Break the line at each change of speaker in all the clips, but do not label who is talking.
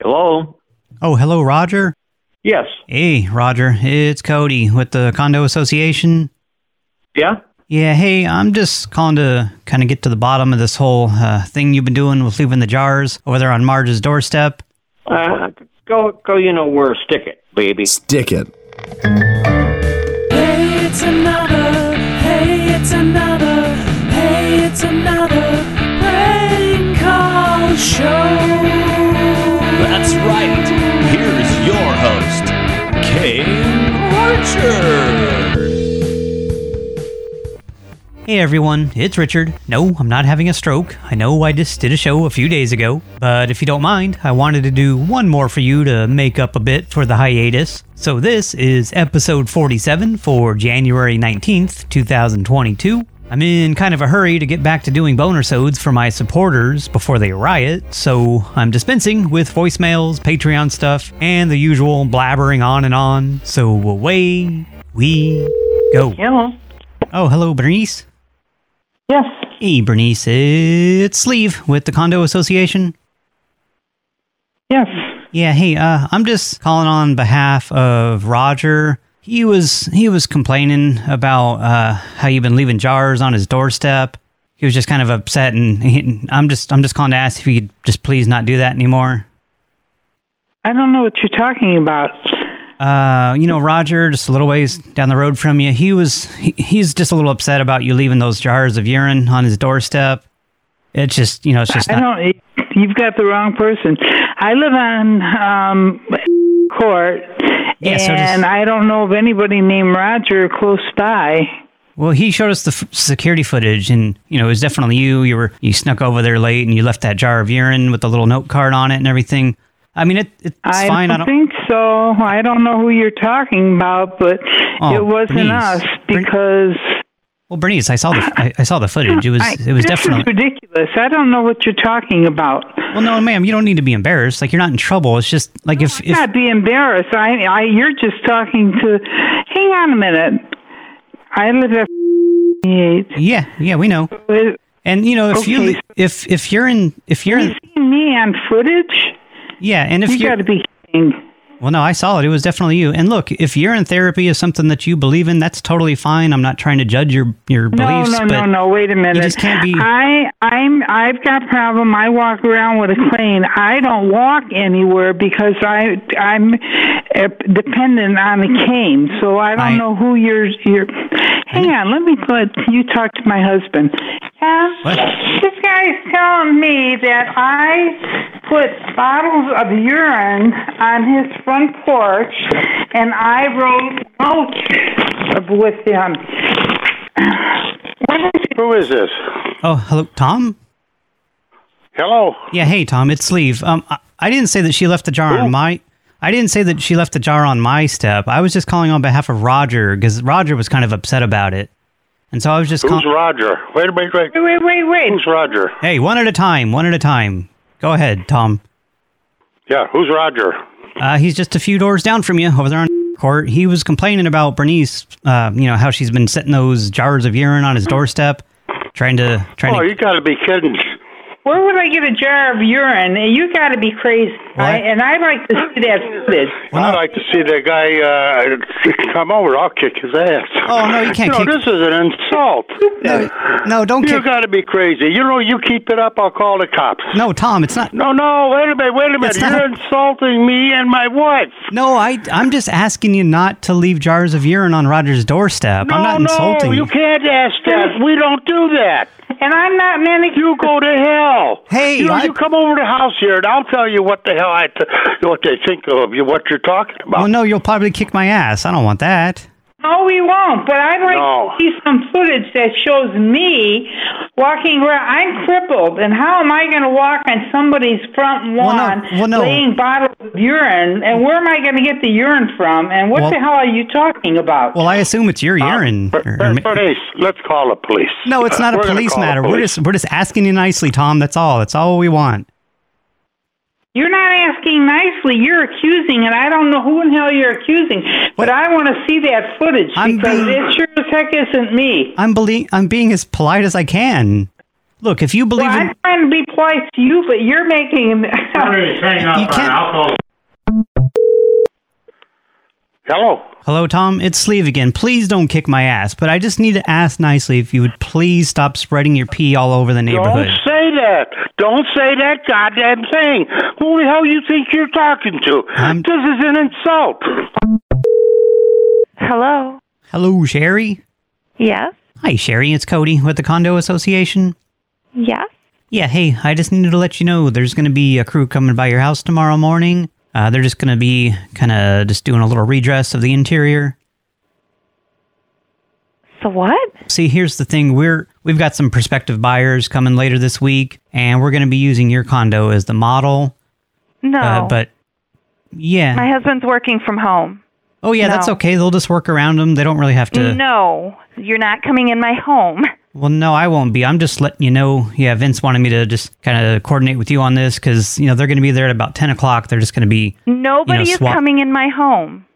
Hello?
Oh, hello, Roger.
Yes.
Hey, Roger. It's Cody with the Condo Association.
Yeah?
Yeah, hey, I'm just calling to kind of get to the bottom of this whole uh, thing you've been doing with leaving the jars over there on Marge's doorstep.
Uh, go, go, you know where. Stick it, baby.
Stick it.
Hey, it's another. Hey, it's another. Hey, it's another prank call show.
That's right. Here's your host, Kane Archer.
Hey everyone, it's Richard. No, I'm not having a stroke. I know I just did a show a few days ago, but if you don't mind, I wanted to do one more for you to make up a bit for the hiatus. So this is episode 47 for January 19th, 2022. I'm in kind of a hurry to get back to doing bonersodes for my supporters before they riot, so I'm dispensing with voicemails, Patreon stuff, and the usual blabbering on and on. So away we go.
Hello?
Oh, hello, Bernice.
Yes.
Hey, Bernice, it's Sleeve with the Condo Association.
Yes.
Yeah, hey, uh, I'm just calling on behalf of Roger. He was he was complaining about uh, how you've been leaving jars on his doorstep. He was just kind of upset, and, and I'm just I'm just calling to ask if you could just please not do that anymore.
I don't know what you're talking about.
Uh, you know, Roger, just a little ways down the road from you, he was he, he's just a little upset about you leaving those jars of urine on his doorstep. It's just you know, it's just
I
not,
don't. You've got the wrong person. I live on um, Court,
Yeah, so does-
and I don't know of anybody named Roger close by.
Well, he showed us the f- security footage, and you know it was definitely you. You were you snuck over there late, and you left that jar of urine with the little note card on it and everything. I mean, it, it's
I
fine.
don't think so. I don't know who you're talking about, but
Oh,
it wasn't
please.
us
Bring-
because
Well, Bernice, I saw the I, I saw the footage. It was
I,
it was
this
definitely.
is ridiculous. I don't know what you're talking about.
well, no, ma'am, you don't need to be embarrassed. Like you're not in trouble. It's just like if if
not be embarrassed. I, I, you're just talking to. Hang on a minute. I live at 28.
yeah yeah we know.
Is-
And you know if you
Okay,
li- if if you're in if you're in,
You see me on footage?
yeah and if
You
you're
got to be kidding.
Well, no, I saw it. It was definitely you. And look, if you're in therapy is something that you believe in, that's totally fine. I'm not trying to judge your your
No,
beliefs.
no, no,
but
no. Wait a minute.
just can't be-
I, I'm, I've got a problem. I walk around with a cane. I don't walk anywhere because I, I'm uh, dependent on a cane. So I don't
I-
know who you're. you're... Hang on. Let me let you talk to my husband. Yeah.
What?
This guy's telling me that I put bottles of urine on his front porch, and I wrote notes with him.
Who is this?
Oh, hello, Tom.
Hello.
Yeah, hey, Tom. It's Sleeve. Um, I, I didn't say that she left the jar on my. I didn't say that she left the jar on my step. I was just calling on behalf of Roger because Roger was kind of upset about it, and so I was just
Who's
calling.
Roger? Wait a minute. Wait.
Wait, wait, wait, wait.
Who's Roger?
hey, one at a time. One at a time. Go ahead, Tom.
Yeah. Who's Roger?
Uh, he's just a few doors down from you over there on court. He was complaining about Bernice, uh, you know, how she's been setting those jars of urine on his doorstep, trying to, trying
Oh,
to.
you got to be kidding.
Where would I get a jar of urine? You got to be crazy.
What?
I, and I like to see that footage.
I'd like to see that guy uh, come over. I'll kick his ass.
Oh, no, you can't
No,
kick-
this is an insult.
no, don't
You
kick.
got to be crazy. You know, you keep it up, I'll call the cops.
No, Tom, it's not.
No, no. Wait a minute. Wait a minute.
It's not-
You're insulting me and my wife.
No, I, I'm just asking you not to leave jars of urine on Roger's doorstep.
No,
I'm not
no.
insulting
You can't ask that. We don't do that.
And I'm not manic.
You go to hell.
Hey,
you, know,
I-
you come over to the house here, and I'll tell you what the hell I th- what they think of you, what you're talking
Well,
about.
no, you'll probably kick my ass. I don't want that.
No, we won't. But I'd like
No.
to see some footage that shows me walking around. I'm crippled, and how am I going to walk on somebody's front
Well, no-
lawn
well, no.
laying bottles of urine? And where am I going to get the urine from? And what
Well-
the hell are you talking about?
Well, I assume it's your urine.
Uh, But,
or- or
but,
ma-
police, let's call the police.
no, it's not a
We're gonna
police
call the
matter. We're
police.
just, we're just asking you nicely, Tom. That's all. That's all we want.
You're not asking nicely. You're accusing, and I don't know who in hell you're accusing. But I want to see that footage
I'm
because
being-
it sure as heck isn't me.
I'm belie- I'm being as polite as I can. Look, if you believe in
I'm trying to be polite to you, but you're making.
hang up
You
on
can't-
alcohol.
Hello.
Hello, Tom. It's Sleeve again. Please don't kick my ass, but I just need to ask nicely if you would please stop spreading your pee all over the
Don't
neighborhood.
say that. Don't say that goddamn thing. Who the hell you think you're talking to?
I'm-
This is an insult.
Hello.
Hello, Sherry.
Yes.
Hi, Sherry. It's Cody with the Condo Association.
Yes.
Yeah, hey, I just needed to let you know there's going to be a crew coming by your house tomorrow morning. Uh, they're just going to be kind of just doing a little redress of the interior.
So what?
See, here's the thing. We're we've got some prospective buyers coming later this week, and we're going to be using your condo as the model.
No.
Oh.
Uh, but yeah.
my husband's working from home.
oh yeah, that's
no.
okay. They'll just work around them. They don't really have to
No, you're not coming in my home.
Well, no, I won't be. I'm just letting you know. Yeah, Vince wanted me to just kind of coordinate with you on this because you know they're going to be there at about ten o'clock. They're just going to be.
Nobody is
swap-
coming in my home.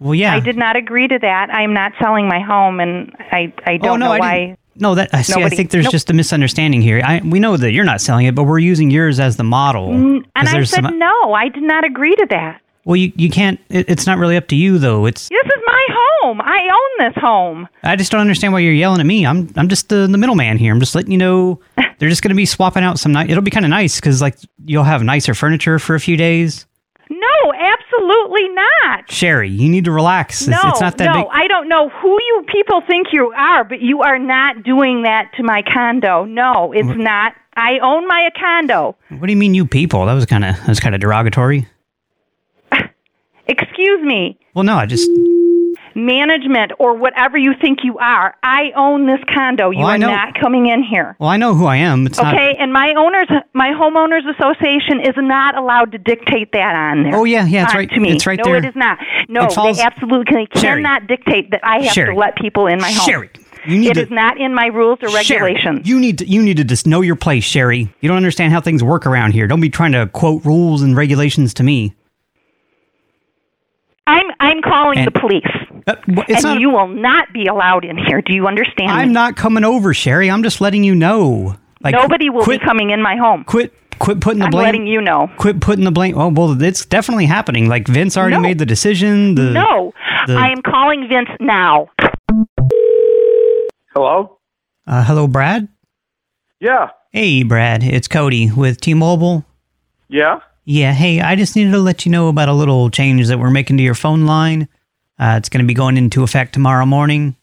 Well, yeah.
I did not agree to that. I am not selling my home, and I I
Oh
don't
no,
know
I
why.
didn't. No, that I see. I
Nobody-
think there's
nope.
just a misunderstanding here. I we know that you're not selling it, but we're using yours as the model.
Mm, And
'cause
I
there's
said
some-
no. I did not agree to that.
Well, you you can't. It, it's not really up to you though. It's.
This is my home. I own this home.
I just don't understand why you're yelling at me. I'm I'm just the, the middleman here. I'm just letting you know they're just going to be swapping out some. Ni- it'll be kind of nice because like you'll have nicer furniture for a few days.
No, absolutely not.
Sherry, you need to relax.
No,
it's, it's not that
no,
big.
I don't know who you people think you are, but you are not doing that to my condo. No, it's not. I own my condo.
What do you mean, you people? That was kind of that was kind of derogatory.
Excuse me,
Well, no, I just
management or whatever you think you are. I own this condo. You
Well, I
are
know-
not coming in here.
well, I know who I am. It's
Okay, and my owners, my homeowners association is not allowed to dictate that on there.
not. Oh yeah, yeah, it's
on
right.
To me.
It's right
no,
there.
it is not. No,
It falls-
they absolutely can-
Sherry.
cannot dictate that I have
Sherry.
to let people in my home.
Sherry, you need
It
to.
is not in my rules or
Sherry,
regulations.
you need to you need to just know your place, Sherry. You don't understand how things work around here. Don't be trying to quote rules and regulations to me.
I'm I'm calling
And-
the police.
Uh, wh- it's
and
not.
you will not be allowed in here. Do you understand?
I'm
me?
not coming over, Sherry. I'm just letting you know. Like
Nobody will
quit,
be coming in my home.
Quit. Quit putting the
I'm
blame.
letting you know.
Quit putting the blame. Oh well, it's definitely happening. Like Vince already
No.
made the decision. The,
No,
the-
I am calling Vince now.
Hello.
Uh, hello, Brad.
Yeah.
Hey, Brad. It's Cody with T-Mobile.
Yeah.
Yeah, hey, I just needed to let you know about a little change that we're making to your phone line. Uh, it's going to be going into effect tomorrow morning.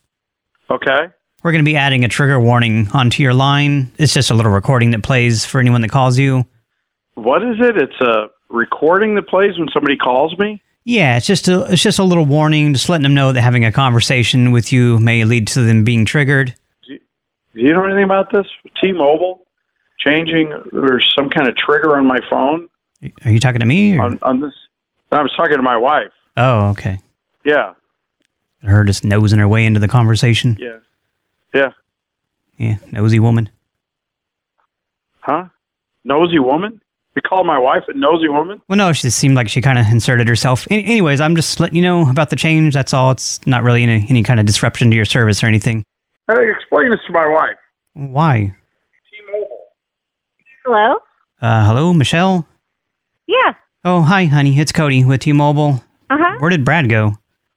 Okay.
We're going to be adding a trigger warning onto your line. It's just a little recording that plays for anyone that calls you.
What is it? It's a recording that plays when somebody calls me.
Yeah, it's just a it's just a little warning, just letting them know that having a conversation with you may lead to them being triggered.
Do you know anything about this? T-Mobile changing or some kind of trigger on my phone
Are you talking to me? or-
on, on this? I was talking to my wife.
Oh, okay.
Yeah.
Her just nosing her way into the conversation.
Yeah. Yeah.
Yeah, nosy woman.
Huh? Nosy woman? You call my wife a nosy woman?
Well, no, she just seemed like she kind of inserted herself. An- anyways, I'm just letting you know about the change. That's all. It's not really any, any kind of disruption to your service or anything.
Hey, explain this to my wife.
Why?
T-Mobile.
Hello.
Uh, hello, Michelle?
Yeah.
Oh, hi, honey. It's Cody with T-Mobile.
Uh huh.
Where did Brad go?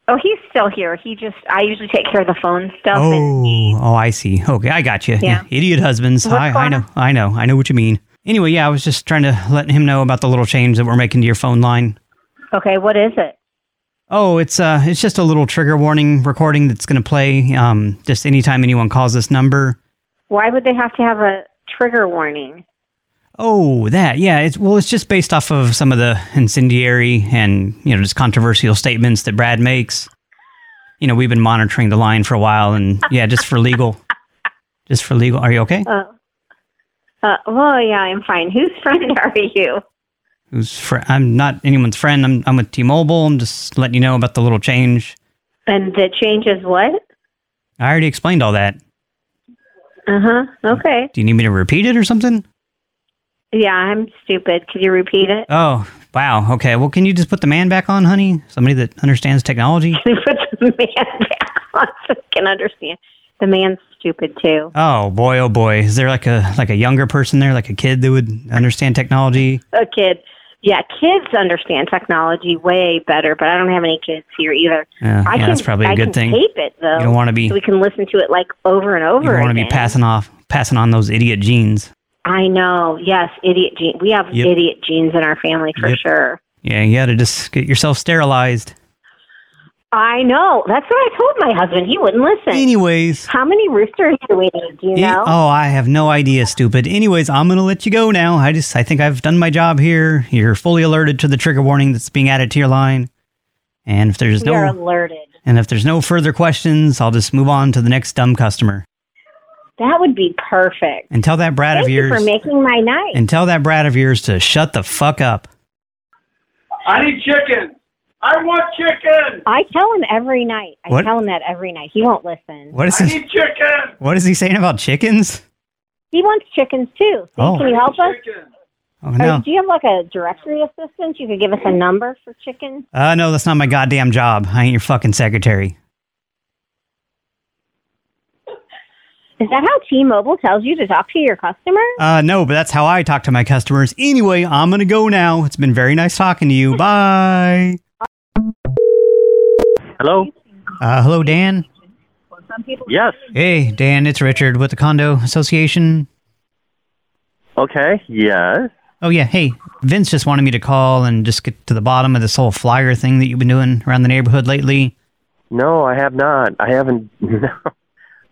Oh, he's still here. He just, I usually take care of the phone stuff. And
Oh, oh, I see. Okay, I got you.
Yeah.
Idiot husbands. I, I know. I know. I know what you mean. Anyway, yeah, I was just trying to let him know about the little change that we're making to your phone line.
okay, what is it?
Oh, it's uh, it's just a little trigger warning recording that's going to play um, just anytime anyone calls this number.
Why would they have to have a trigger warning?
Oh, that yeah. It's well, it's just based off of some of the incendiary and you know just controversial statements that Brad makes. You know, we've been monitoring the line for a while, and yeah, just for legal, just for legal. Are you okay?
Uh, well, yeah, I'm fine. Whose friend are you?
Who's fr- I'm not anyone's friend. I'm I'm with T-Mobile. I'm just letting you know about the little change.
And the change is what?
I already explained all that.
Uh huh. Okay.
Do you need me to repeat it or something?
Yeah, I'm stupid. Could you repeat it?
Oh, wow. Okay. Well, can you just put the man back on, honey? Somebody that understands technology.
Put the man back on so I can understand. The man's stupid too.
Oh boy, oh boy. Is there like a like a younger person there, like a kid that would understand technology?
A kid. Yeah, kids understand technology way better, but I don't have any kids here either.
Yeah, Uh,
I
yeah,
can,
that's probably a
I
good
can
thing.
tape it though.
You don't wanna be-
So we can listen to it like over and over.
You don't want to be
again.
passing off passing on those idiot genes.
I know. Yes, idiot gene. We have
Yep.
idiot genes in our family for
Yep.
sure.
Yeah, you got to just get yourself sterilized.
I know. That's what I told my husband. He wouldn't listen.
Anyways,
How many roosters do we need? Do you
Eh,
know?
Oh, I have no idea, stupid. Anyways, I'm gonna let you go now. I just I think I've done my job here. You're fully alerted to the trigger warning that's being added to your line. And if there's
we are
no
alerted.
and if there's no further questions, I'll just move on to the next dumb customer.
That would be perfect.
And tell that brat
Thank
of
you for
yours
making my night.
and tell that brat of yours to shut the fuck up.
I need chicken. I want chicken.
I tell him every night. I
What?
tell him that every night. He won't listen.
What is
I
this,
need chicken.
what is he saying about chickens?
He wants chickens too. See,
Oh.
Can you help us?
Chicken.
Oh
Or
no.
do you have like a directory assistant? You could give us a number for chicken.
Uh no, that's not my goddamn job. I ain't your fucking secretary.
Is that how T-Mobile tells you to talk to your customer?
Uh no, but that's how I talk to my customers. Anyway, I'm gonna go now. It's been very nice talking to you. Bye.
Hello?
Uh, hello, Dan.
Yes.
Hey, Dan, it's Richard with the Condo Association.
Okay. Yes.
Oh, yeah. Hey, Vince just wanted me to call and just get to the bottom of this whole flyer thing that you've been doing around the neighborhood lately.
No, I have not. I haven't. No.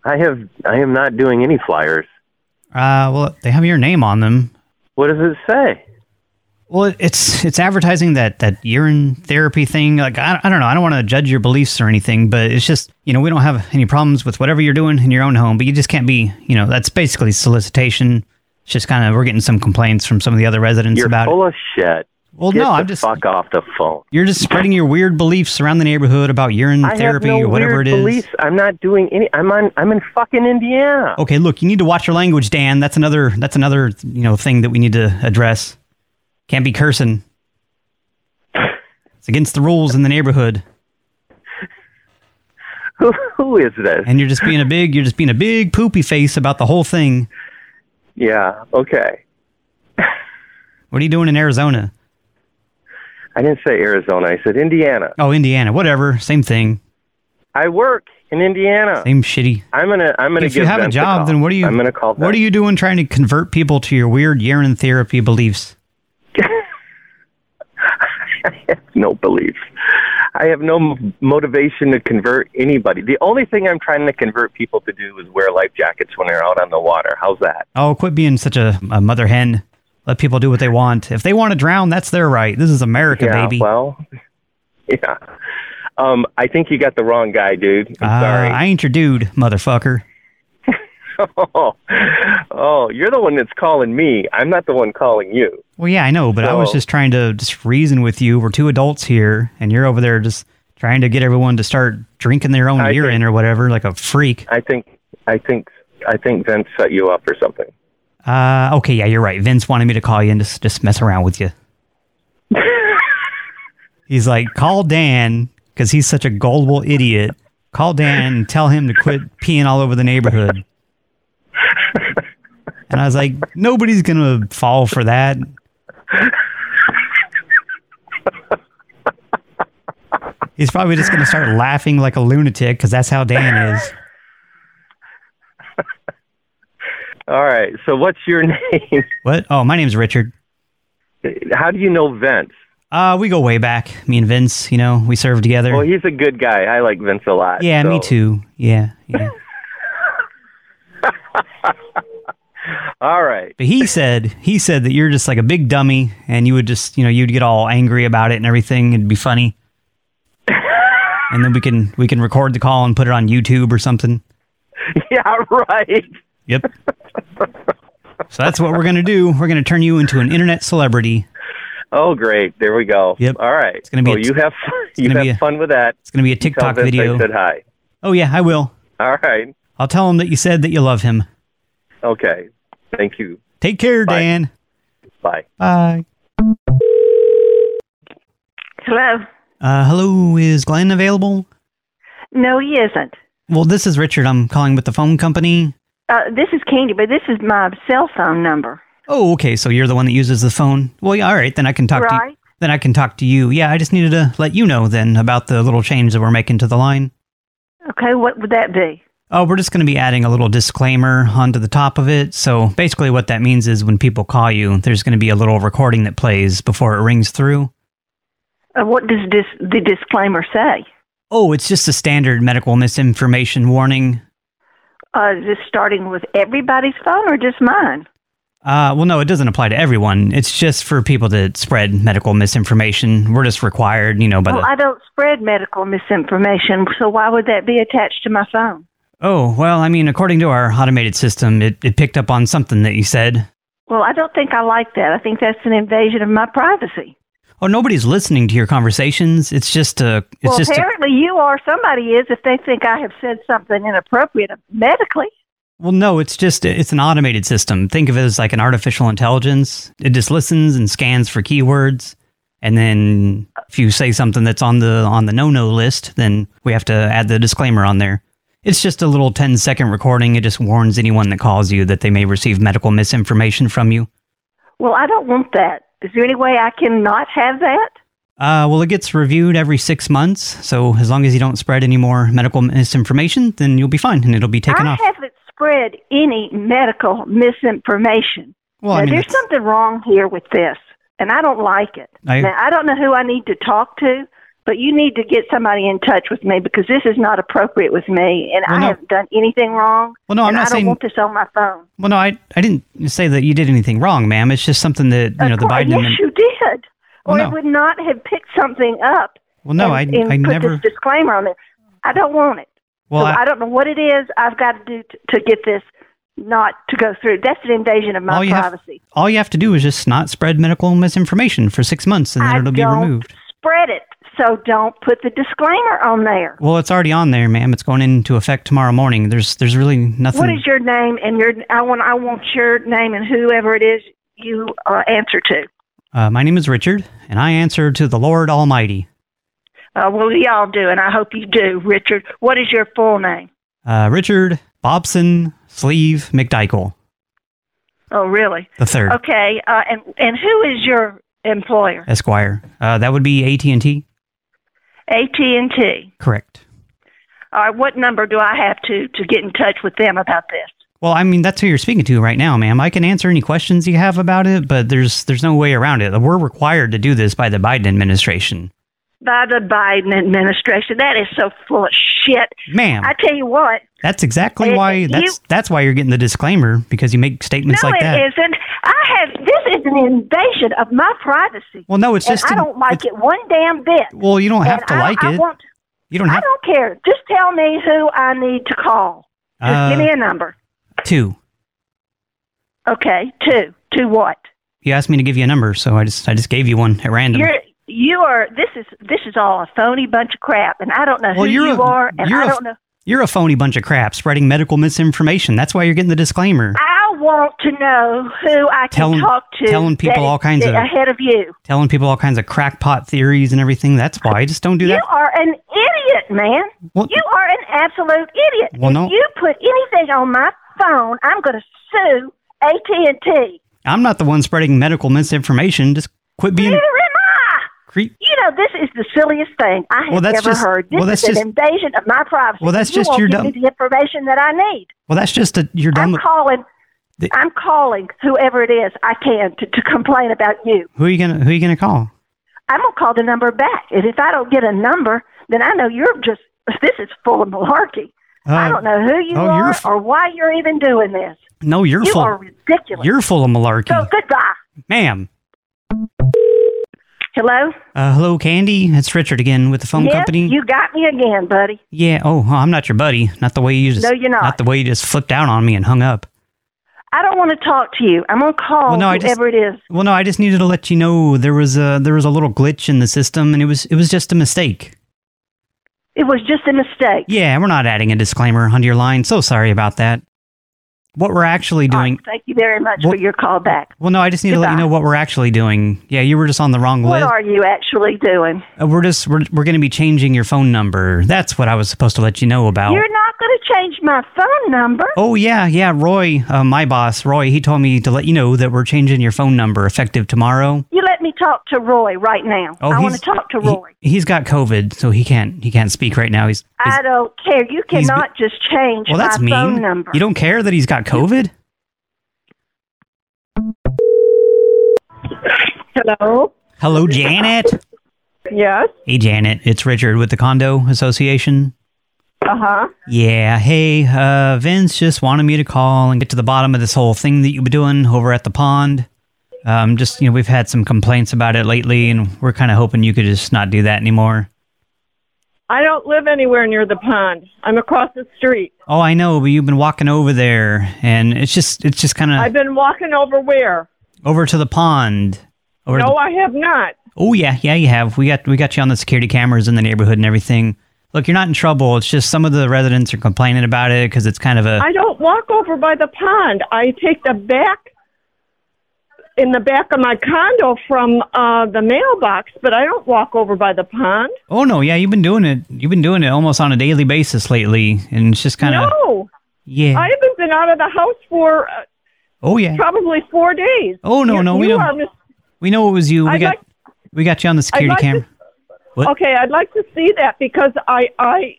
I have. I am not doing any flyers.
Uh, well, they have your name on them.
What does it say?
Well, it- it's it's advertising that that urine therapy thing. Like I, I don't know, I don't want to judge your beliefs or anything, but it's just you know we don't have any problems with whatever you're doing in your own home, but you just can't be you know that's basically solicitation. It's just kind of we're getting some complaints from some of the other residents
You're
about. it.
full of shit.
Well,
Get
no,
the
I'm just
fuck off the phone.
you're just spreading your weird beliefs around the neighborhood about urine
I have
therapy
no
or whatever
weird
it is.
beliefs. I'm not doing any. I'm on. I'm in fucking Indiana.
Okay, look, you need to watch your language, Dan. That's another that's another you know thing that we need to address. Can't be cursing. It's against the rules in the neighborhood.
Who, who is this?
and you're just being a big you're just being a big poopy face about the whole thing.
Yeah. Okay.
What are you doing in Arizona?
I didn't say Arizona. I said Indiana.
Oh, Indiana, whatever, same thing,
I work in Indiana.
same shitty.
I'm gonna. I'm gonna
If
give
you have a
Vince
job,
call.
then what are you?
I'm gonna call.
What are you doing trying to convert people to your weird urine therapy beliefs?
no belief. I have no m- motivation to convert anybody. The only thing I'm trying to convert people to do is wear life jackets when they're out on the water. How's that?
Oh, quit being such a, a mother hen. Let people do what they want. If they want to drown, that's their right. This is America,
yeah.
baby.
Well. Yeah. Um, I think you got the wrong guy, dude. I'm
Uh,
sorry.
I ain't your dude, motherfucker.
oh, oh, you're the one that's calling me. I'm not the one calling you.
Well, yeah, I know, but I was
So-
just trying to just reason with you. We're two adults here, and you're over there just trying to get everyone to start drinking their own
I think-
urine or whatever, like a freak.
I think, I think, I think Vince set you up or something.
Uh, okay, yeah, you're right. Vince wanted me to call you and just just mess around with you. he's like, call Dan because he's such a gullible idiot. Call Dan and tell him to quit peeing all over the neighborhood. And I was like, nobody's gonna fall for that. He's probably just gonna start laughing like a lunatic because that's how Dan is.
All right. So, what's your name?
What? Oh, my name's Richard.
How do you know Vince?
Uh, we go way back. Me and Vince, you know, we served together.
Well, he's a good guy. I like Vince a lot.
yeah, me
so-
too. Yeah, yeah.
All right.
But he said he said that you're just like a big dummy, and you would just you know you'd get all angry about it and everything. It'd be funny, and then we can we can record the call and put it on YouTube or something.
Yeah, right.
Yep. So that's what we're gonna do. We're gonna turn you into an internet celebrity.
Oh, great. There we go.
Yep.
All right. It's
gonna be
Well,
a-
you have you
gonna
have
be a
fun with that.
It's gonna be a
Tell
TikTok
Vince
video.
I said hi.
Oh yeah, I will.
All right.
I'll tell him that you said that you love him.
Okay. Thank you.
Take care,
Bye.
Dan.
Bye.
Bye.
Hello.
Uh, hello, is Glenn available?
No, he isn't.
Well, this is Richard. I'm calling with the phone company.
Uh, this is Candy, but this is my cell phone number.
Oh, okay. So you're the one that uses the phone. Well, yeah, all right. Then I can talk to you.
Right.
Then I can talk to you. Yeah, I just needed to let you know then about the little change that we're making to the line.
Okay, what would that be?
Oh, we're just going to be adding a little disclaimer onto the top of it. So basically, what that means is when people call you, there's going to be a little recording that plays before it rings through.
Uh, what does dis- the disclaimer say?
Oh, it's just a standard medical misinformation warning.
Uh, is this starting with everybody's phone or just mine?
Uh, well, no, it doesn't apply to everyone. It's just for people that spread medical misinformation. We're just required, you know, by
well,
the.
I don't spread medical misinformation, so why would that be attached to my phone?
Oh, well, I mean, according to our automated system, it, it picked up on something that you said.
Well, I don't think I like that. I think that's an invasion of my privacy.
Oh, nobody's listening to your conversations. It's just a. It's
well,
just. A,
apparently you are. Somebody is if they think I have said something inappropriate medically.
well, no, it's just it's an automated system. Think of it as like an artificial intelligence. It just listens and scans for keywords, and then if you say something that's on the on the no no list, then we have to add the disclaimer on there. It's just a little 10 second recording. It just warns anyone that calls you that they may receive medical misinformation from you.
Well, I don't want that. Is there any way I can not have that?
Uh, well, it gets reviewed every six months, so as long as you don't spread any more medical misinformation, then you'll be fine, and it'll be taken
I
off.
haven't spread any medical misinformation.
Well, I
Now,
mean,
there's
it's-
something wrong here with this, and I don't like it.
I-
now, I don't know who I need to talk to, but you need to get somebody in touch with me because this is not appropriate with me, and
Well,
I
no.
haven't done anything wrong.
Well, no, I'm
and
not
I don't
saying-
want this on my phone.
Well, no, I I didn't say that you did anything wrong, ma'am. It's just something that you know
Of
the
course-
Biden.
yes,
admin-
you did,
Well,
or
no.
it would not have picked something up.
well, no,
and,
I
and
I
put
never.
this disclaimer on it. I don't want it.
Well,
so I,
I,
don't know what it is I've got to do t- to get this not to go through. That's an invasion of my
All you have-
privacy.
all you have to do is just not spread medical misinformation for six months, and then
I
it'll be
don't
removed.
spread it, so don't put the disclaimer on there.
Well, it's already on there, ma'am. It's going into effect tomorrow morning. There's there's really nothing.
What is your name and your? I want I want your name and whoever it is you uh, answer to.
uh, my name is Richard, and I answer to the Lord Almighty.
Uh, well, y'all do, and I hope you do, Richard. What is your full name?
Uh, Richard Bobson Sleeve McDykel
Oh, really?
the third.
Okay, uh, and and who is your employer?
Esquire. Uh, that would be AT and T.
AT and T.
Correct.
All right, what number do I have to to get in touch with them about this?
Well, I mean that's who you're speaking to right now, ma'am. I can answer any questions you have about it, but there's there's no way around it. We're required to do this by the Biden administration,
by the Biden administration. That is so full of shit.
ma'am.
I tell you what,
that's exactly
Uh,
why.
you-
That's that's why you're getting the disclaimer because you make statements
no,
like
it
that.
not I have this is an invasion of my privacy.
Well, no, it's just.
and I
an-
don't like
it's-
it one damn bit.
Well, you don't have
And
to
I,
like
I
it.
want-
you don't
I
have
don't care. Just tell me who I need to call. Just give
Uh,
me a number.
to.
Okay, two. Two what?
You asked me to give you a number, so I just I just gave you one at random.
You're you are this is this is all a phony bunch of crap and I don't know
Well,
who
you're
you
a-
are and
you're
I
a-
don't know
You're a phony bunch of crap spreading medical misinformation. That's why you're getting the disclaimer.
I want to know who I can
Telling-
talk to
telling people
that is
all kinds of-
ahead of you.
telling people all kinds of crackpot theories and everything. That's why. Just don't do that.
You are an idiot, man.
Well-
You are an absolute idiot.
Well, no.
If you put anything on my phone, I'm going to sue AT and T.
I'm not the one spreading medical misinformation. Just quit being
Here am I.
creep.
You know this is the silliest thing I have
Well, that's
ever
just-
heard. This
well, that's
is
just-
an invasion of my privacy.
Well, that's
You
just
won't
your
give me
dumb-
the information that I need.
Well, that's just a, you're dumb.
I'm calling.
The-
I'm calling whoever it is I can to, to complain about you.
who are you gonna Who are you gonna call?
I'm gonna call the number back, and if I don't get a number, then I know you're just this is full of malarkey. I
Uh,
don't know who you
oh, you're
are
f-
or why you're even doing this.
No, you're
you
full.
are ridiculous.
You're full of malarkey,
so goodbye.
ma'am.
Hello?
Uh, hello, Candy. It's Richard again with the phone
yes,
company.
you got me again, buddy.
yeah. Oh, huh, I'm not your buddy. Not the way you just.
No, you're not.
Not the way you just flipped out on me and hung up.
I don't want to talk to you. I'm gonna call
Well, no, I just-
whoever it is.
Well, no, I just needed to let you know there was a there was a little glitch in the system, and it was it was just a mistake.
It was just a mistake.
Yeah, we're not adding a disclaimer onto your line. So sorry about that. what we're actually doing.
Thank you very much for your call back.
Well, no, I just need to let you know what we're actually doing. Yeah, you were just on the wrong
What
list.
are you actually doing?
Uh, we're just we're, we're going to be changing your phone number. That's what I was supposed to let you know about.
You're not going to change my phone number.
Oh yeah, yeah. Roy, uh, my boss, Roy, he told me to let you know that we're changing your phone number effective tomorrow.
You let me talk to Roy right now.
Oh,
I want
he's-
to talk to
he-
Roy.
he's got COVID, so he can't he can't speak right now. He's
I don't care. You
he's-
cannot just change
well, that's
my phone
mean.
number.
You don't care that he's got COVID.
Hello.
Hello, Janet.
Yes.
Hey, Janet. It's Richard with the Condo Association.
Uh huh.
Yeah, hey, uh, Vince just wanted me to call and get to the bottom of this whole thing that you've been doing over at the pond. Um, just, you know, we've had some complaints about it lately, and we're kind of hoping you could just not do that anymore.
I don't live anywhere near the pond. I'm across the street.
Oh, I know, but you've been walking over there, and it's just, it's just kind
I've
of
been walking over where?
over to the pond. Over to
no,
the-
I have not.
Oh yeah, yeah, you have. We got we got you on the security cameras in the neighborhood and everything. Look, you're not in trouble. It's just some of the residents are complaining about it because it's kind of a.
I don't walk over by the pond. I take the back in the back of my condo from uh, the mailbox, but I don't walk over by the pond.
Oh no, yeah, you've been doing it. You've been doing it almost on a daily basis lately, and it's just kind of
no,
yeah.
I haven't been out of the house for uh,
oh yeah,
probably four days.
Oh, no,
You-
no, we
you
don't-
are mis-
we know it was you. We
I'd
got
like-
we got you on the security
like to-
camera. What?
Okay, I'd like to see that because I I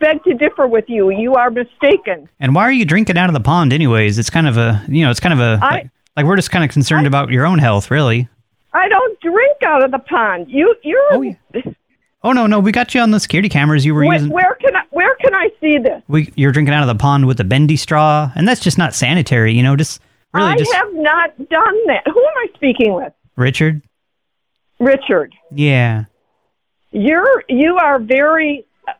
beg to differ with you. You are mistaken.
And why are you drinking out of the pond, anyways? It's kind of a you know, it's kind of a
I-
like, like we're just kind of concerned about your own health, really.
I don't drink out of the pond. You you're
Oh no, no, we got you on the security cameras. You were
where,
using
where can I where can I see this?
we you're drinking out of the pond with a bendy straw, and that's just not sanitary. You know, just really
I
just
have not done that. Who am I speaking with?
Richard.
Richard,
Yeah.
you're you are very uh,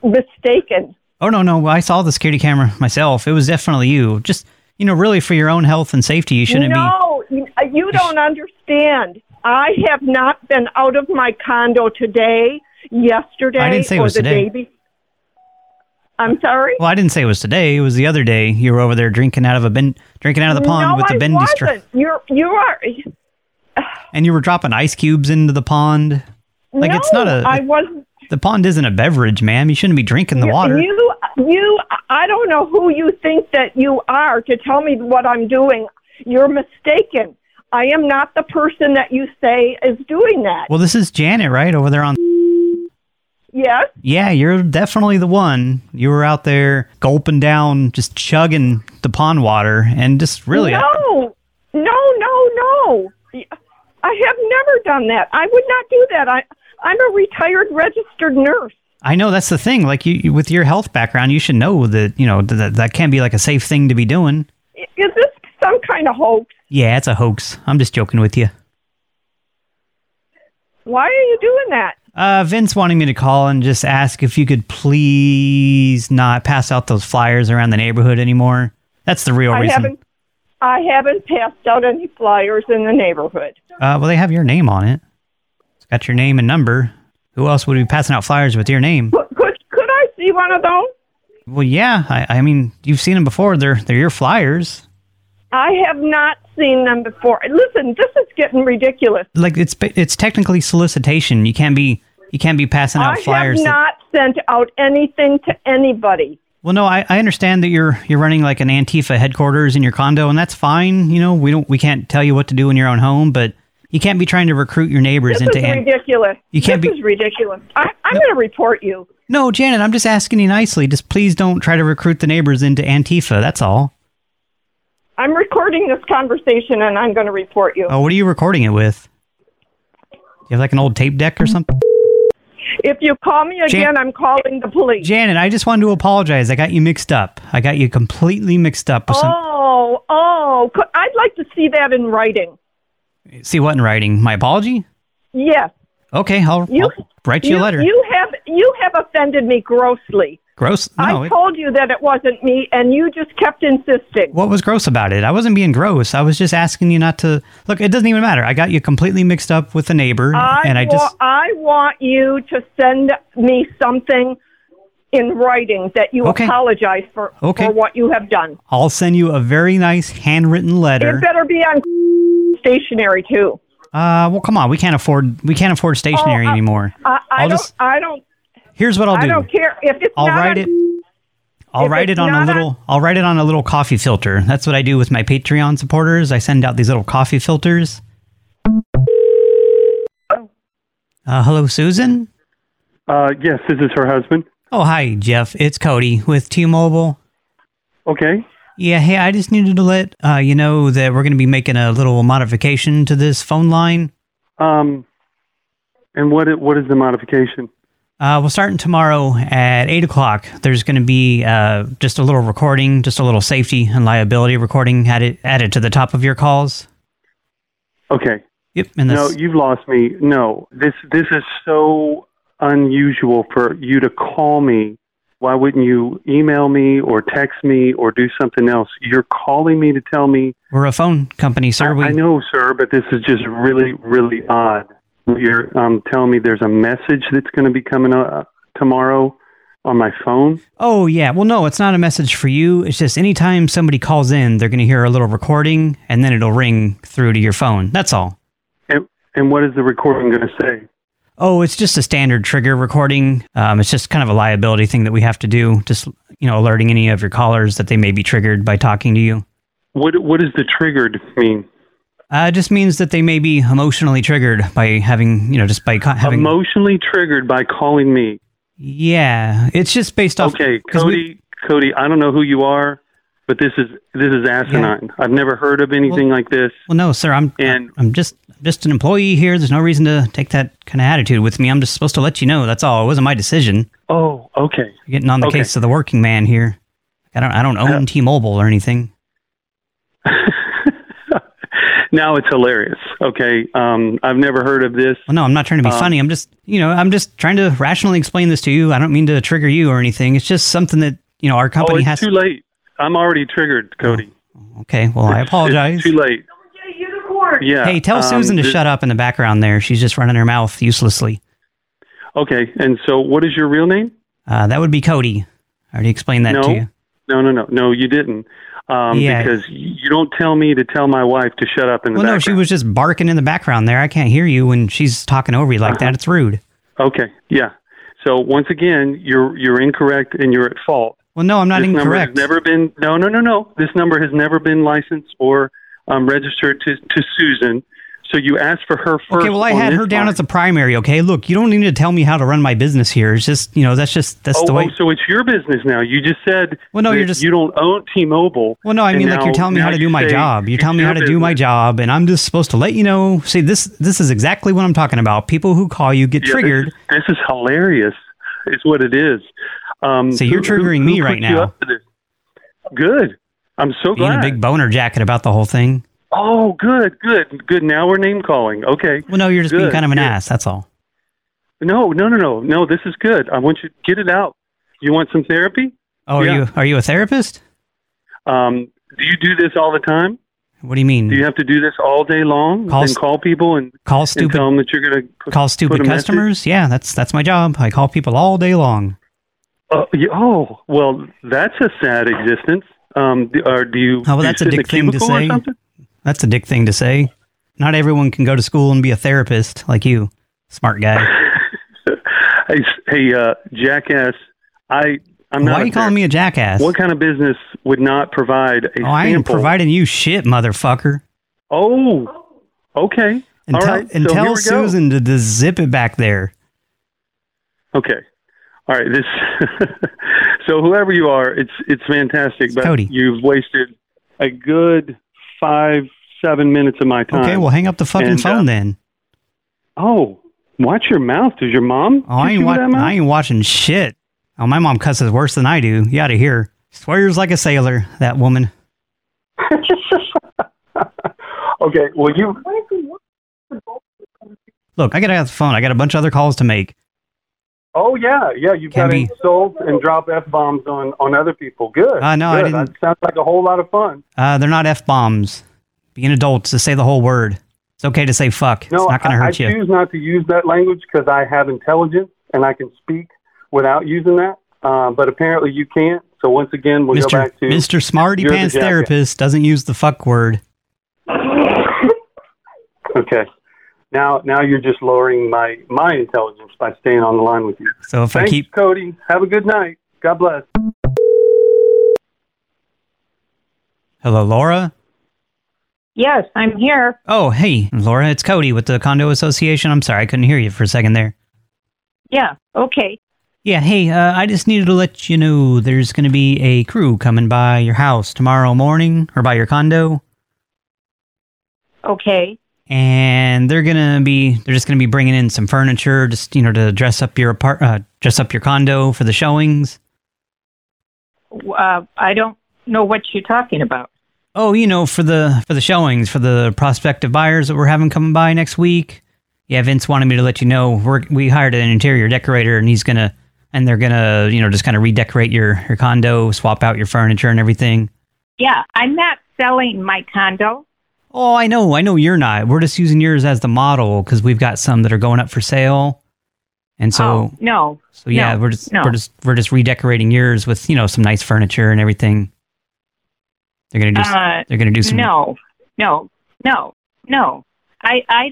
What?
mistaken.
Oh no, no, I saw the security camera myself. It was definitely you. Just you know, really for your own health and safety, you shouldn't be.
no, you- uh, you don't understand. I have not been out of my condo today, yesterday,
I didn't say it
or
was
the
today.
day be- I'm sorry.
Well, I didn't say it was today. It was the other day. You were over there drinking out of a ben, drinking out of the pond
no,
with the
I
bendy
wasn't.
straw,
You're you are.
and you were dropping ice cubes into the pond. Like
no,
it's not a
I wasn't.
the pond isn't a beverage, ma'am. You shouldn't be drinking the water.
You you. I don't know who you think that you are to tell me what I'm doing. You're mistaken. I am not the person that you say is doing that.
well, this is Janet, right over there on.
yes.
Yeah, you're definitely the one. You were out there gulping down, just chugging the pond water, and just really.
No. Oh, No. No. No. I have never done that. I would not do that. I I'm a retired registered nurse.
I know that's the thing. Like you, you- with your health background, you should know that you know th- that that can't be like a safe thing to be doing.
Is this some kind of hoax?
Yeah, it's a hoax. I'm just joking with you.
Why are you doing that?
Uh, Vince wanted me to call and just ask if you could please not pass out those flyers around the neighborhood anymore. That's the real
I
reason.
haven't. I haven't passed out any flyers in the neighborhood.
Uh, well, they have your name on it. It's got your name and number. Who else would be passing out flyers with your name?
Could could I see one of those?
Well, yeah. I, I mean, you've seen them before. They're they're your flyers.
I have not seen them before. Listen, this is getting ridiculous.
Like it's it's technically solicitation. You can't be you can't be passing out
I have
flyers. that-
not sent out anything to anybody.
Well, no, I, I understand that you're you're running like an Antifa headquarters in your condo, and that's fine. You know, we don't we can't tell you what to do in your own home, but you can't be trying to recruit your neighbors
This is
into. An-
ridiculous.
You can't
this
be-
is ridiculous. I, I'm going to report you.
no, Janet, I'm just asking you nicely. Just please don't try to recruit the neighbors into Antifa. That's all.
I'm recording this conversation and I'm going to report you.
Oh, what are you recording it with? You have like an old tape deck or something?
If you call me again, I'm calling the police.
Janet, I just wanted to apologize. I got you mixed up. I got you completely mixed up with some.
Oh, oh! could- I'd like to see that in writing. Oh.
See what in writing? My apology?
Yes,
Okay, I'll,
You-
I'll write you, a letter.
You have you have offended me grossly.
gross? No.
I
it-
told you that it wasn't me, and you just kept insisting.
What was gross about it? I wasn't being gross. I was just asking you not to look. It doesn't even matter. I got you completely mixed up with a neighbor,
I
and I
wa-
just
I want you to send me something in writing that you
Okay.
apologize for,
Okay.
for what you have done.
I'll send you a very nice handwritten letter.
It better be on stationery too.
Uh, well, come on, we can't afford we can't afford stationery anymore.
Oh, I, I
I'll
don't.
just-
I don't.
Here's what I'll
I
do.
don't care if it's
I'll
not
write
on-
it. I'll
if
write it
it's
on a
not
little. I'll write it on a little coffee filter. That's what I do with my Patreon supporters. I send out these little coffee filters.
Oh.
Uh, hello, Susan.
Uh, yes, this is her husband.
Oh, hi, Jeff. It's Cody with T-Mobile.
Okay.
Yeah, hey, I just needed to let uh, you know that we're going to be making a little modification to this phone line.
Um, and what i- what is the modification?
Uh, we'll start tomorrow at 8 o'clock. There's going to be uh, just a little recording, just a little safety and liability recording added, added to the top of your calls.
Okay.
Yep. And
no,
this-
you've lost me. No, this this is so unusual for you to call me. Why wouldn't you email me or text me or do something else? You're calling me to tell me.
We're a phone company, sir. we,
I know, sir, but this is just really, really odd. You're um, telling me there's a message that's going to be coming uh, tomorrow on my phone.
Oh, yeah. Well, no, it's not a message for you. It's just anytime somebody calls in, they're going to hear a little recording and then it'll ring through to your phone. That's all.
And, and what is the recording going to say?
Oh, it's just a standard trigger recording. Um, it's just kind of a liability thing that we have to do, just you know, alerting any of your callers that they may be triggered by talking to you.
What What does the triggered mean?
Uh, it just means that they may be emotionally triggered by having, you know, just by co- having.
Emotionally triggered by calling me.
yeah, it's just based off.
Okay,
'cause we-
Cody. Cody, I don't know who you are, but this is this is asinine. I've never heard of anything like this.
well, no, sir, I'm I'm just just an employee here. There's no reason to take that kind of attitude with me. I'm just supposed to let you know. That's all. It wasn't my decision.
Oh, okay.
You're getting on the
Okay. Uh,
case of the working man here. I don't I don't own T-Mobile or anything.
Now it's hilarious. Okay, um, I've never heard of this.
Well, no, I'm not trying to be
Um,
funny. I'm just, you know, I'm just trying to rationally explain this to you. I don't mean to trigger you or anything. It's just something that, you know, our
Oh,
company
it's
has
too late. I'm already triggered, Cody.
Okay, well, I apologize.
Too late. Yeah.
Hey, tell
um,
Susan to
th-
shut up in the background there. She's just running her mouth uselessly.
Okay, and so what is your real name?
Uh, that would be Cody. I already explained that
no,
to you.
no, no, no, no. You didn't, um,
Yeah.
because you don't tell me to tell my wife to shut up in the
Well, no, she was just barking in the background there. I can't hear you when she's talking over you
Uh-huh.
like that. It's rude.
Okay, yeah. So once again, you're you're incorrect and you're at fault.
Well, no, I'm not
this
incorrect.
Number has never been no, no, no, no. This number has never been licensed or um, registered to to Susan. So you asked for her first.
Okay, well, I
on
had
this
her down
line.
as a primary. Okay, look, you don't need to tell me how to run my business here. It's just, you know, that's just that's
oh,
the way.
oh, so it's your business now. You just said
Well, no,
that
you're just-
you don't own T-Mobile.
Well, no, I
and
mean, like
now-
you're telling me
now
how to
you
do my
say
job. You're
it's
telling me
your
how to do my job, and I'm just supposed to let you know. See, this this is exactly what I'm talking about. People who call you get
Yeah, this
triggered.
is- This is, hilarious. It's what it is. Um,
So you're
who- who-
triggering
who
me
put
right
you
now.
up to this? Good. I'm so
Being
glad.
a big boner jacket about the whole thing.
oh, good, good, good. Now we're name calling. Okay.
Well, no, you're just being
Good,
kind of an
good.
ass. That's all.
No, no, no, no, no. This is good. I want you to get it out. You want some therapy?
Oh, are
Yeah.
you are you a therapist?
Um, do you do this all the time?
What do you mean?
Do you have to do this all day long
Call s-
and call people and
Call
and
stupid-
tell them that you're going to
call stupid customers? Yeah, that's that's my job. I call people all day long.
Oh, yeah, oh, well, that's a sad existence. Um, d- or do you?
Oh, well,
do you
that's a
sit in
dick thing to
cubicle or
say.
something?
That's a dick thing to say. Not everyone can go to school and be a therapist like you, smart guy.
Hey, s- hey, uh, jackass! I I'm not.
Why are
a
you calling me a jackass?
therapist. What kind of business would not provide a
Oh, I ain't
sample?
providing you shit, motherfucker.
oh, okay.
And
All
tell,
right,
and
so here
tell
we go.
Susan to, to zip it back there.
Okay. All right. This. so whoever you are, it's it's fantastic, but
Cody.
you've wasted a good five seven minutes of my time.
Okay, well, hang up the fucking
And, uh,
phone then.
Oh, watch your mouth. Does your mom?
Oh, I
teach
ain't,
you
wa-
that mouth?
I ain't watching shit. Oh, my mom cusses worse than I do. You outta here. Swears like a sailor, that woman.
Okay. Well, you.
Look, I gotta have the phone. I got a bunch of other calls to make.
Oh yeah, yeah. You've
Can
got to
be.
insult and drop f bombs on on other people. Good.
Uh, no, I
Good.
didn't-
That sounds like a whole lot of fun.
Uh, they're not F bombs. Being adults, to say the whole word. It's okay to say fuck.
No,
it's not gonna
I,
hurt
I
you.
choose not to use that language because I have intelligence and I can speak without using that. uh, but apparently you can't. So once again, we'll go
Mr.
back to
Mr. Smarty
you're the
Pants
jacket.
Therapist doesn't use the fuck word.
Okay. Now, now you're just lowering my my intelligence by staying on the line with you.
So if
Thanks,
I keep
Cody. Have a good night. God bless.
Hello, Laura.
Yes, I'm here.
Oh, hey, Laura, it's Cody with the Condo Association. I'm sorry, I couldn't hear you for a second there.
Yeah. Okay.
Yeah, hey, uh, I just needed to let you know there's going to be a crew coming by your house tomorrow morning or by your condo,
Okay.
and they're going to be they're just going to be bringing in some furniture, just you know, to dress up your apart, uh, dress up your condo for the showings.
Uh, I don't know what you're talking about.
Oh, you know, for the for the showings for the prospective buyers that we're having coming by next week. Yeah, Vince wanted me to let you know we're, we hired an interior decorator, and he's gonna and they're gonna you know just kind of redecorate your your condo, swap out your furniture and everything.
Yeah, I'm not selling my condo.
Oh, I know, I know you're not. We're just using yours as the model because we've got some that are going up for sale, and so
Oh, No.
so yeah,
no,
we're just
no.
we're just we're just redecorating yours with you know some nice furniture and everything. They're gonna do s-
Uh,
they're gonna do some
No, no, no, no. I, I,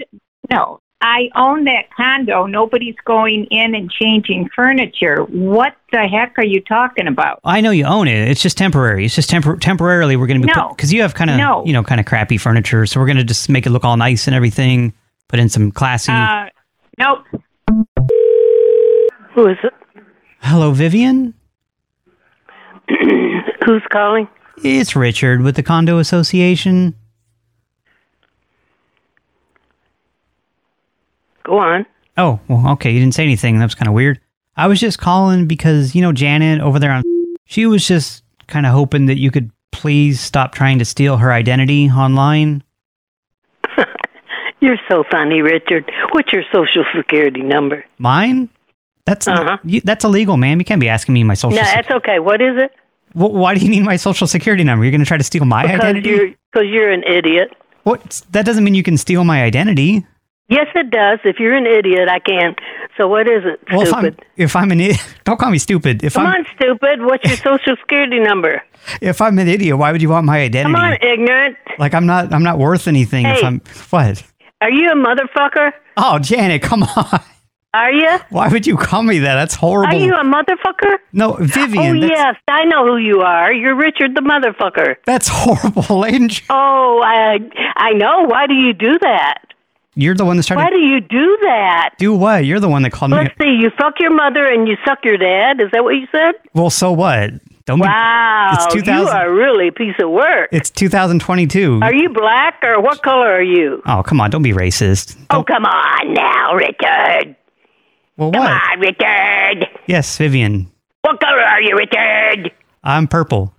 no. I own that condo. Nobody's going in and changing furniture. What the heck are you talking about?
I know you own it. It's just temporary. It's just tempor- temporarily we're going to be
No.
because you have kind of
No.
you know kind of crappy furniture, so we're going to just make it look all nice and everything. Put in some classy.
Uh, nope.
Who is it?
Hello, Vivian.
Who's calling?
It's Richard with the Condo Association.
Go on.
Oh, well, okay. You didn't say anything. That was kind of weird. I was just calling because you know Janet over there on she was just kind of hoping that you could please stop trying to steal her identity online.
You're so funny, Richard. What's your social security number?
Mine? That's you, that's illegal, ma'am. You can't be asking me my social.
Uh-huh. no,
sec-
that's okay. What is it?
Wh- why do you need my social security number? You're going to try to steal my
Because
identity?
you're because you're an idiot.
What? That doesn't mean you can steal my identity.
Yes, it does. If you're an idiot, I can. So what is it?
Well, if I'm
stupid.
if I'm an i- don't call me stupid. If
Come
I'm
on, stupid. What's your social security number?
if I'm an idiot, why would you want my identity?
Come on, ignorant.
Like I'm not I'm not worth anything if
Hey.
I'm what?
Are you a motherfucker?
Oh, Janet, come on.
Are you?
Why would you call me that? That's horrible.
Are you a motherfucker?
no, Vivian.
oh
that's,
yes, I know who you are. You're Richard the motherfucker.
that's horrible, Ange.
Oh, I I know. Why do you do that?
You're the one that's trying
Why
to
do you do that?
do what? You're the one that called me.
Let's see. You fuck your mother and you suck your dad. Is that what you said?
Well, so what? Don't
Wow,
be. It's 2000.
you are really a piece of work.
It's 2022.
Are you black or what color are you?
oh, come on! Don't be racist.
Oh, come on now, Richard.
Well,
come
what?
on, Richard.
Yes, Vivian.
What color are you, Richard?
I'm purple.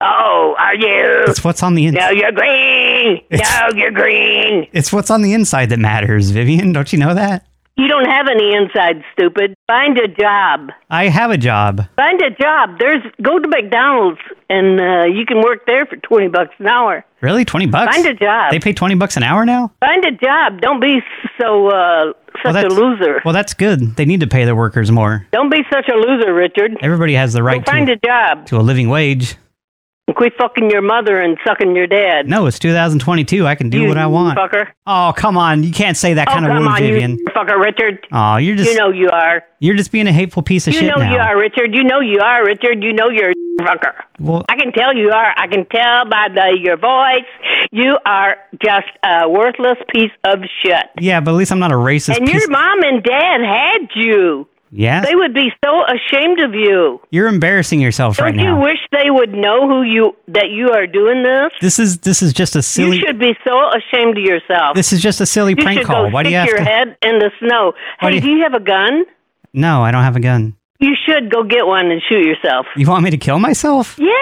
Oh, are you?
It's what's on the inside.
No, you're green.
It's-
no, you're green.
It's what's on the inside that matters, Vivian. Don't you know that?
You don't have any inside, stupid. Find a job.
I have a job.
Find a job. There's go to McDonald's and uh, you can work there for twenty bucks an hour.
Really? 20 bucks?
Find a job.
They pay 20 bucks an hour now?
Find a job. Don't be so uh, such a
that's-
loser.
Well, that's good. They need to pay their workers more.
Don't be such a loser, Richard.
Everybody has the right
Go find
to,
a job.
to a living wage.
And quit fucking your mother and sucking your dad.
No, it's 2022. I can do
you
what I want.
Fucker.
Oh, come on. You can't say that
oh,
kind of
come
word,
on,
Vivian.
you fucker, Richard.
Oh, you're just
you know you are.
you're just being a hateful piece of
You
shit
know
now.
you are, Richard. You know you are, Richard. You know you're a fucker.
Well,
I can tell you are. I can tell by the, your voice. You are just a worthless piece of shit.
yeah, but at least I'm not a racist
and
piece.
your mom and dad had you.
yeah.
They would be so ashamed of you.
You're embarrassing yourself right
Don't you
now.
wish they would know who you that you are doing this?
This is this is just a silly
You should be so ashamed of yourself.
This is just a silly
you
prank
should
call.
Go
Why do
stick
you have
your
to
head in the snow?
Why do
hey,
you-
do you have a gun?
No, I don't have a gun.
You should go get one and shoot yourself.
You want me to kill myself?
Yeah.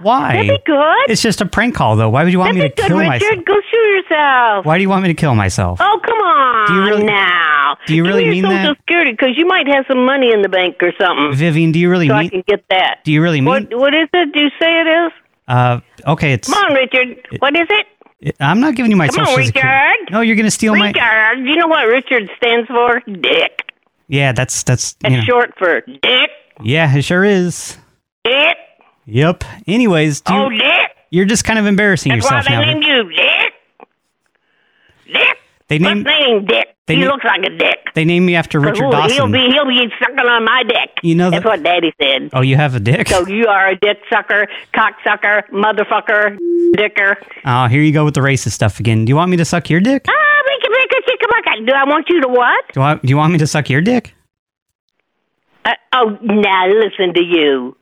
Why?
That'd be good.
It's just a prank call, though. Why would you want me to
That'd be good,
kill
Richard.
myself?
Go shoot yourself.
Why do you want me to kill myself?
Oh, come on
Do you really-
now.
do you really
Give me
mean
your
that?
social security because you might have some money in the bank or something.
Vivian, do you really
so I
mean?
can get that.
Do you really mean?
What, what is it? Do you say it is?
Uh, okay, it's.
Come on, Richard. What is it?
I'm not giving you my
Come
social
on,
security.
Richard.
No, you're gonna steal Oh, my.
Richard. You know what Richard stands for? Dick.
Yeah, that's that's you
That's
know.
short for dick.
Yeah, it sure is.
Dick.
Yep. Anyways, do you,
Oh, Dick.
you're just kind of embarrassing
That's why
yourself
they
now.
named you Dick. Dick.
They
What's
named-
name Dick.
they
he
na-
looks like a dick.
They named me after
'Cause
Richard
who-
Dawson.
He'll be he'll be sucking on my dick.
You know
that's
that-
what Daddy said.
oh, you have a dick?
So you are a dick sucker, cocksucker, motherfucker, dicker.
Oh, here you go with the racist stuff again. Do you want me to suck your dick?
Ah, make a make a chickamaka. Do I want you to what?
Do I, Do you want me to suck your dick?
Uh, oh, now listen to you.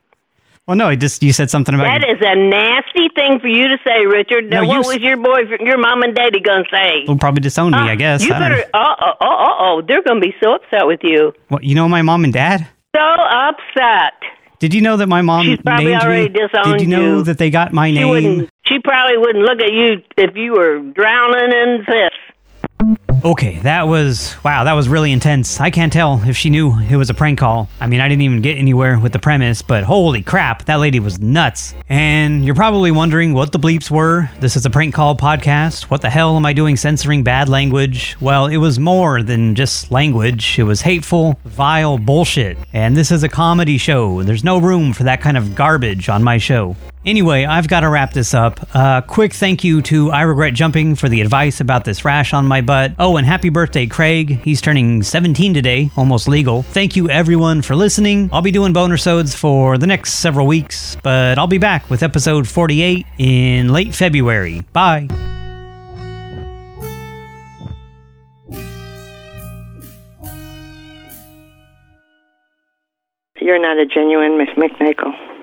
Well, no, I just you said something about your-
That is a nasty thing for you to say, Richard. Now,
No,
what
you s-
was your boyfriend, your mom and daddy gonna say?
They'll probably disown me, I guess.
Uh, You
I don't
better.
know.
Uh oh, uh oh, they're gonna be so upset with you.
What, you know my mom and dad?
So upset.
Did you know that my mom
She's probably
named
already
me? Did
disowned
you know
you.
that they got my
She
name?
wouldn't. She probably wouldn't look at you if you were drowning in piss.
Okay, that was wow, that was really intense. I can't tell if she knew it was a prank call. I mean, I didn't even get anywhere with the premise, but holy crap, that lady was nuts. And you're probably wondering what the bleeps were. This is a prank call podcast. What the hell am I doing censoring bad language? Well, it was more than just language. It was hateful, vile bullshit. And this is a comedy show. There's no room for that kind of garbage on my show. Anyway, I've got to wrap this up. Uh, quick thank you to I Regret Jumping for the advice about this rash on my butt. Oh, and happy birthday, Craig. He's turning 17 today, almost legal. Thank you, everyone, for listening. I'll be doing bonersodes for the next several weeks, but I'll be back with episode 48 in late February. Bye.
You're not a genuine Miss McNichol.